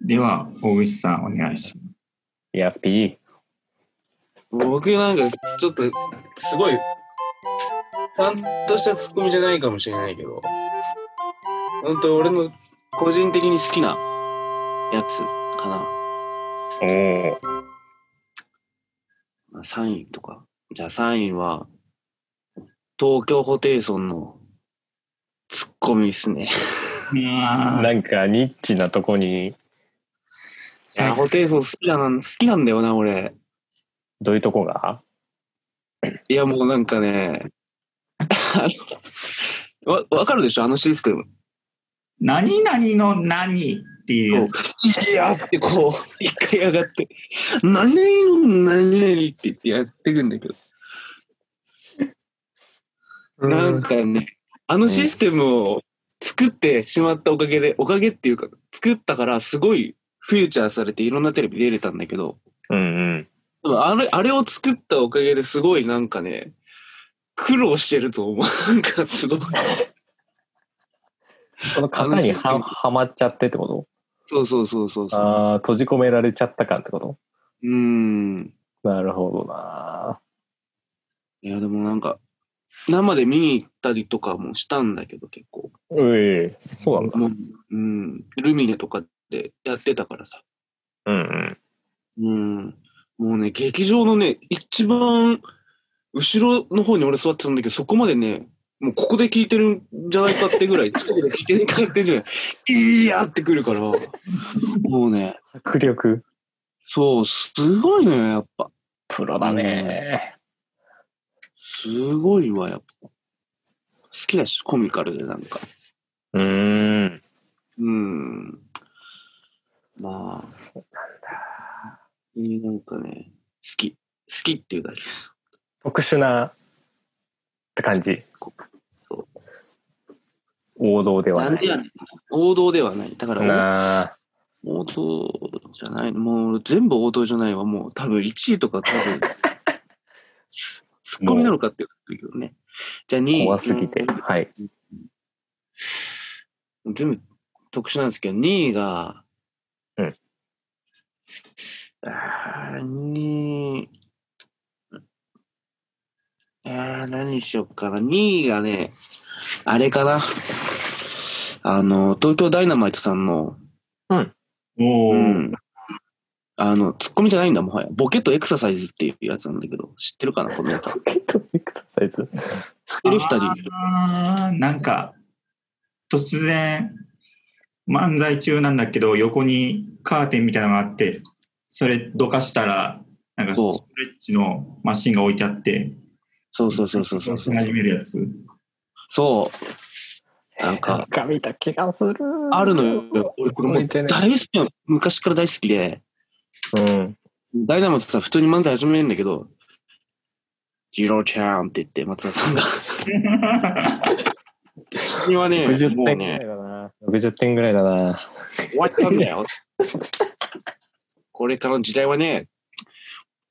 では、大口さん、お願いしま ESP。僕なんかちょっとすごいちゃんとしたツッコミじゃないかもしれないけど本当俺の個人的に好きなやつかなおー。まあ3位とかじゃあ3位は東京ホテイソンのツッコミです ねす。いやなんかニッチなとこに、いやホテイソン好きだな好きなんだよな俺どういうとこがいやもうなんかね あのわわかるでしょあのシステム何々の何っていうやつ。いやってこう、一回上がって、何々何々って言ってやってくんだけど、なんかね、あのシステムを作ってしまったおかげで、おかげっていうか、作ったからすごいフューチャーされていろんなテレビ出れたんだけど、うんでもあれ、あれを作ったおかげですごいなんかね、苦労してると思う。 なんかすごい。うん。その型にはあのシステムはまっちゃってってこそうそうそうそうとそう。ああ、閉じ込められちゃった感ってことうん。なるほどな。いや、でもなんか、生で見に行ったりとかもしたんだけど、結構。うえ、そうなんだ。もう、うん、ルミネとかでやってたからさ。うんうん。うん。もうね、劇場のね、一番後ろの方に俺座ってたんだけど、そこまでね、もうここで聞いてるんじゃないかってぐ らい、近くで聞いてるかってんじゃない。いやーってくるから、もうね、迫力。そう、すごいね、やっぱ。プロだね。すごいわ、やっぱ。好きだし、コミカルでなんか。うーん。うん。まあ。なんかね、好き。好きっていうだけです。特殊なって感じそう。王道ではななんでい。やねん。王道ではない。だからなあ。王、王道じゃない。もう全部王道じゃないわ。もう多分1位とか多 分、ツッコミなのかって言うけどね。じゃあ2位。怖すぎて。うんはい。全部特殊なんですけど、2位が、うん。あー2位、あー何にしよっかな。2位がね、あれかな。あの、東京ダイナマイトさんの、おうーん。あの、ツッコミじゃないんだ、もはや。ボケとエクササイズっていうやつなんだけど、知ってるかな、このやつ。知っポケットエクササイズ。てる人に。あーなんか、突然、漫才中なんだけど、横にカーテンみたいなのがあって、それどかしたら、なんかスそうトレッチのマシンが置いてあって、そうそうそうそうそう動。き始めるやつ。 そう。なんか、か見た気がする。あるのよ。俺これもう大好きなの。昔から大好きで、うん。ダイナマイトさん普通に漫才始めるんだけど、ジローちゃんって言って、松田さ んが。君はね、もう60点ぐらいね、だな。60点ぐらいだな。終わったんだよ。これからの時代はね、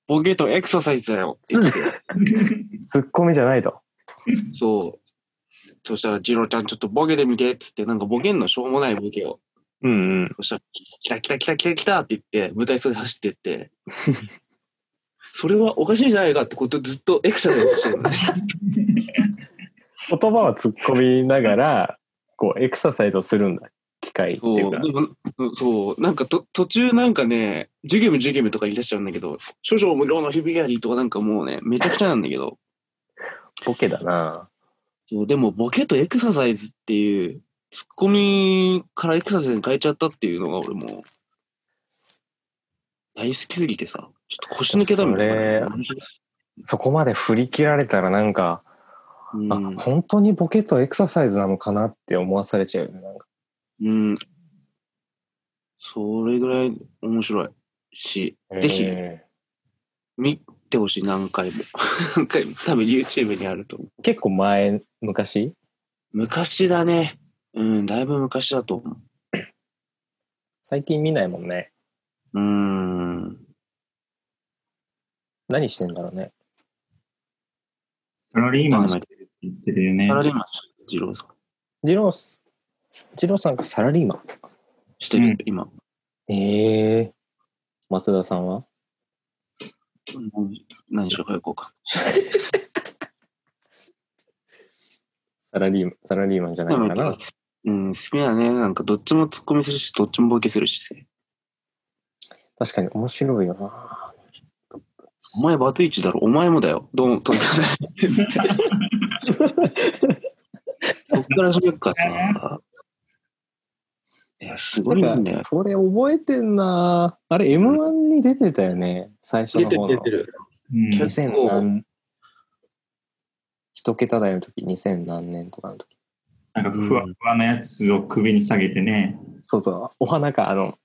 ボケとエクササイズだよって言って、 ツッコミじゃないと。そう。そしたら、ジローちゃんちょっとボケてみてっつって、なんかボケんのしょうもないボケを。うんうん。そしたら、来た来た来た来た来たって言って、舞台袖走ってって、それはおかしいんじゃないかってことずっとエクササイズしてるのね。言葉は突っ込みながら、こう、エクササイズをするんだ。機械ってそういうでか。もうんそう、なんかと途中なんかね、ジュゲムジュゲムとか言い出しちゃうんだけど、少々無料の響きありとかなんかもうね、めちゃくちゃなんだけど、ボケだな。そうでもボケとエクササイズっていう、ツッコミからエクササイズに変えちゃったっていうのが俺もう、大好きすぎてさ、ちょっと腰抜けたみたいな。そこまで振り切られたらなんか、うんあ、本当にボケとエクササイズなのかなって思わされちゃうよね。なんかうん。それぐらい面白いし、ぜひえ見てほしい、何回も。 何回も。多分 YouTube にあると思う。ー結構前、昔昔だね。うん、だいぶ昔だと思最近見ないもんね。う。うーん。何してんだろうね。サラリーマンしてるって言ってるよねサ。ラリーマンしてる、二郎さん。ジロー、ジローさんがサラリーマン。してる、うん今。ええ松田さんは何何しろ早く行こうか。サラリーマン、サラリーマンじゃないかな。うん、好きだね。なんかどっちもツッコミするし、どっちもボケするし。確かに面白いよな。お前バトイチだろ。お前もだよ。どうも、とんでもないそっから始めるかってなんか。いや、すごいなんんだよか、。それ覚えてんな。あれ、M1 に出てたよね。最初出のてる方の。出てる。うん結構2000何一桁台の時、2000何年とかの時。なんかふわふわのやつを首に下げてね。そうそう、お花か、あの、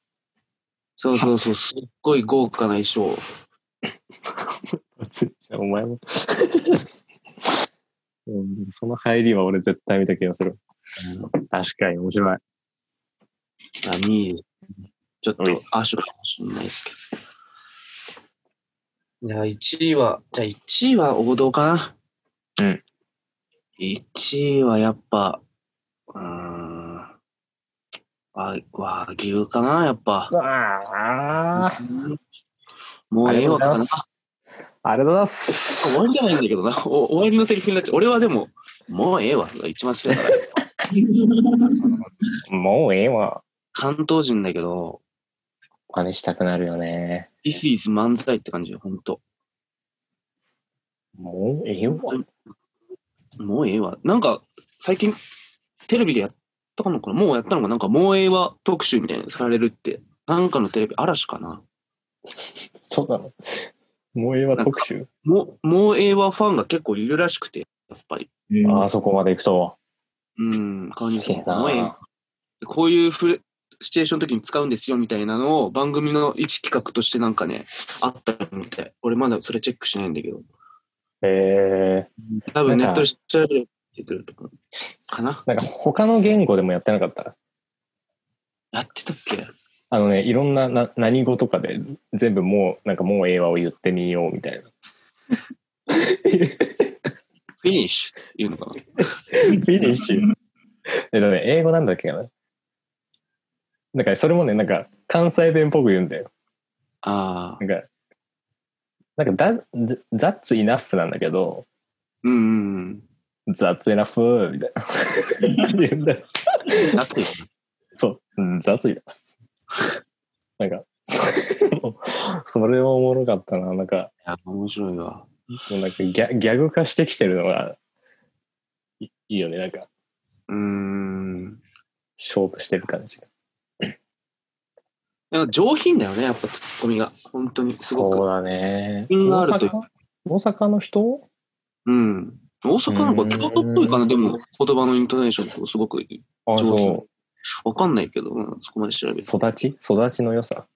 そうそうそう。すっごい豪華な衣装。ついちゃんお前も。 うんその入りは俺絶対見た気がする。確かに面白い。波、ちょっと多いっすアシュかもしれないですけど。じゃあ1位は、じゃあ1位は王道かな。うん。 1位はやっぱ、うーん、わ和牛かな、やっぱ。ああ、もうええわかありがとうござないま。すありがとうございます。終わりじゃないんだけどな。お終わりのセリフになっちゃう。俺はでも、もうええわが一番好きだから。もうええわ。関東人だけど、真似したくなるよね。 This is 漫才って感じよ、ほんと。もうええわ。もうええわ。なんか、最近、テレビでやったかのかなもうやったのかななんか、もうええわ特集みたいなのされるって。なんかのテレビ、嵐かなそうなの。もうええわ特集。もう、もうええわファンが結構いるらしくて、やっぱり。ああそこまで行くと。うん、川西さんすげえもうええわこういうフレシチュエーションの時に使うんですよみたいなのを番組の一企画としてなんかね、あったみたい。俺まだそれチェックしないんだけど。ええ多分ネッなんかトで調べてくると思う。かななんか他の言語でもやってなかったやってたっけあのね、いろんなな何語とかで全部もう、なんかもうええわを言ってみようみたいな。フィニッシュっていうのかなフィニッシュ。えっとね、英語なんだっけかな。なんか、それもね、なんか、関西弁っぽく言うんだよ。ああ。なんか、なんか、だ、that's enough なんだけど、うんうんうん。 that's enough みたいな。言うんだよ。だって、そう、うん、that's enough。なんか、そ れもおもろかったな。なんか、いや、面白いわ。もうなんかギャギャグ化してきてるのが、いいいよね。なんか、うーん。勝負してる感じが。なんか上品だよね、やっぱツッコミが。本当にすごそうく。だね。品があるという大阪大阪の人うん。大阪なんか京都っぽいかうーな、んでも言葉のイントネーションとかすごくあ上品そわかんないけど、うん、そこまで調う。べて育ち育ちの良さ。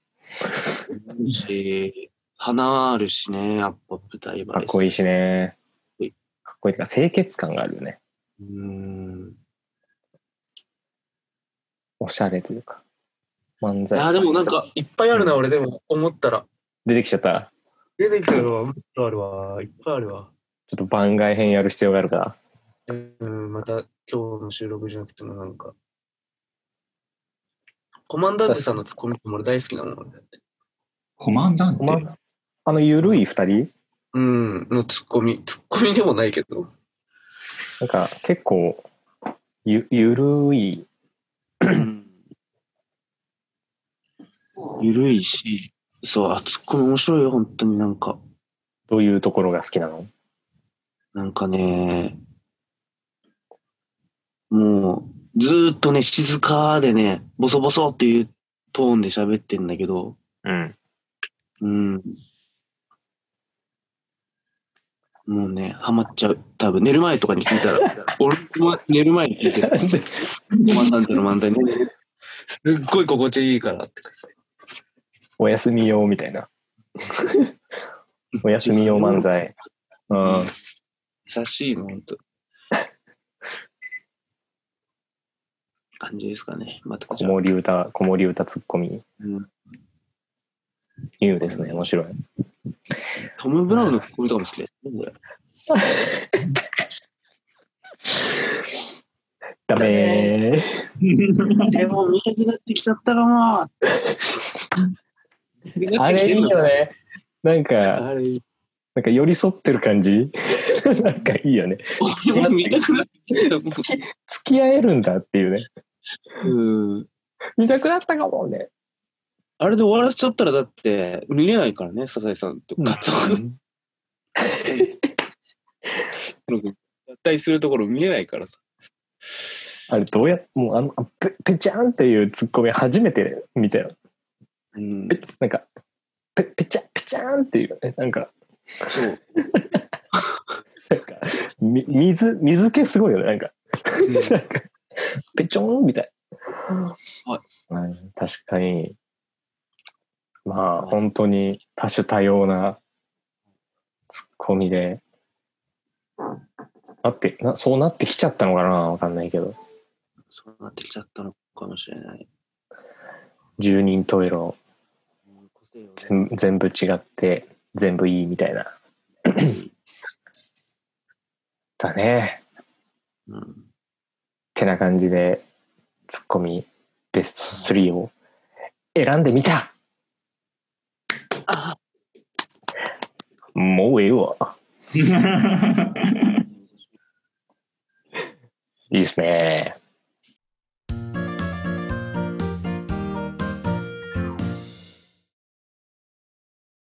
るし。花あるしね、やっぱ舞台映えかっこいいしねかっこいい。かっこいいってか、清潔感があるよね。うーん。おしゃれというか。漫い才。や、でもなんかいっぱいあるな、うん俺でも思ったら。出てきちゃった。出てきたのはもっとあるわ。いっぱいあるわ。ちょっと番外編やる必要があるから。うん、また今日の収録じゃなくてもなんか。コマンダンテさんのツッコミも俺大好きなもん。俺コマンダンテおまあの、ゆるい二人うん、のツッコミ。ツッコミでもないけど。なんか、結構、ゆ、ゆるい。ゆるいし、そう、あ、ツッコミ面白いよ、本当になんか。どういうところが好きなのなんかね、もう、ずーっとね、静かでね、ボソボソっていうトーンで喋ってんだけど、うん。うん。もうね、ハマっちゃう。多分寝る前とかに聞いた ら、俺も寝る前に聞いてる。漫才の漫才ね。すっごい心地いいからって。おやすみ用みた いな。おやすみ用漫才。うん。優しいの、ほんと。感じですかね。またこ子ちら。守歌、子守歌ツッコミ。うんいうですね。面白い。トム・ブラウンのツッコミとかも好きだよねこれ。ダメ ー。でも見たくなってきちゃったかも。 あれいいよね。なんか、あれいい。なんか寄り添ってる感じ なんかいいよね。俺も見たくなってきちゃった。付き合えるんだっていうね。うん。見たくなったかもね。あれで終わらせちゃったらだって見れないからね、笹井さんとうんカツオ君の合体するところ見れないからさ。あれどうやもうあの、あぺぺちゃんっていうツッコミ初めて見たよ。うん。なんか、ぺ、ぺちゃん、ぺちゃんっていうね。なんか、そう。なんかみ水、水気すごいよね。なんか、 なんか、ぺちょんみたいな。はうん確かに。まあ、本当に多種多様なツッコミで。だってな、そうなってきちゃったのかなわかんないけど。そうなってきちゃったのかもしれない。十人十個色、性を全全部違って、全部いいみたいな。だね。うんってな感じで、ツッコミベスト3を選んでみたあもうええわ。いいですね。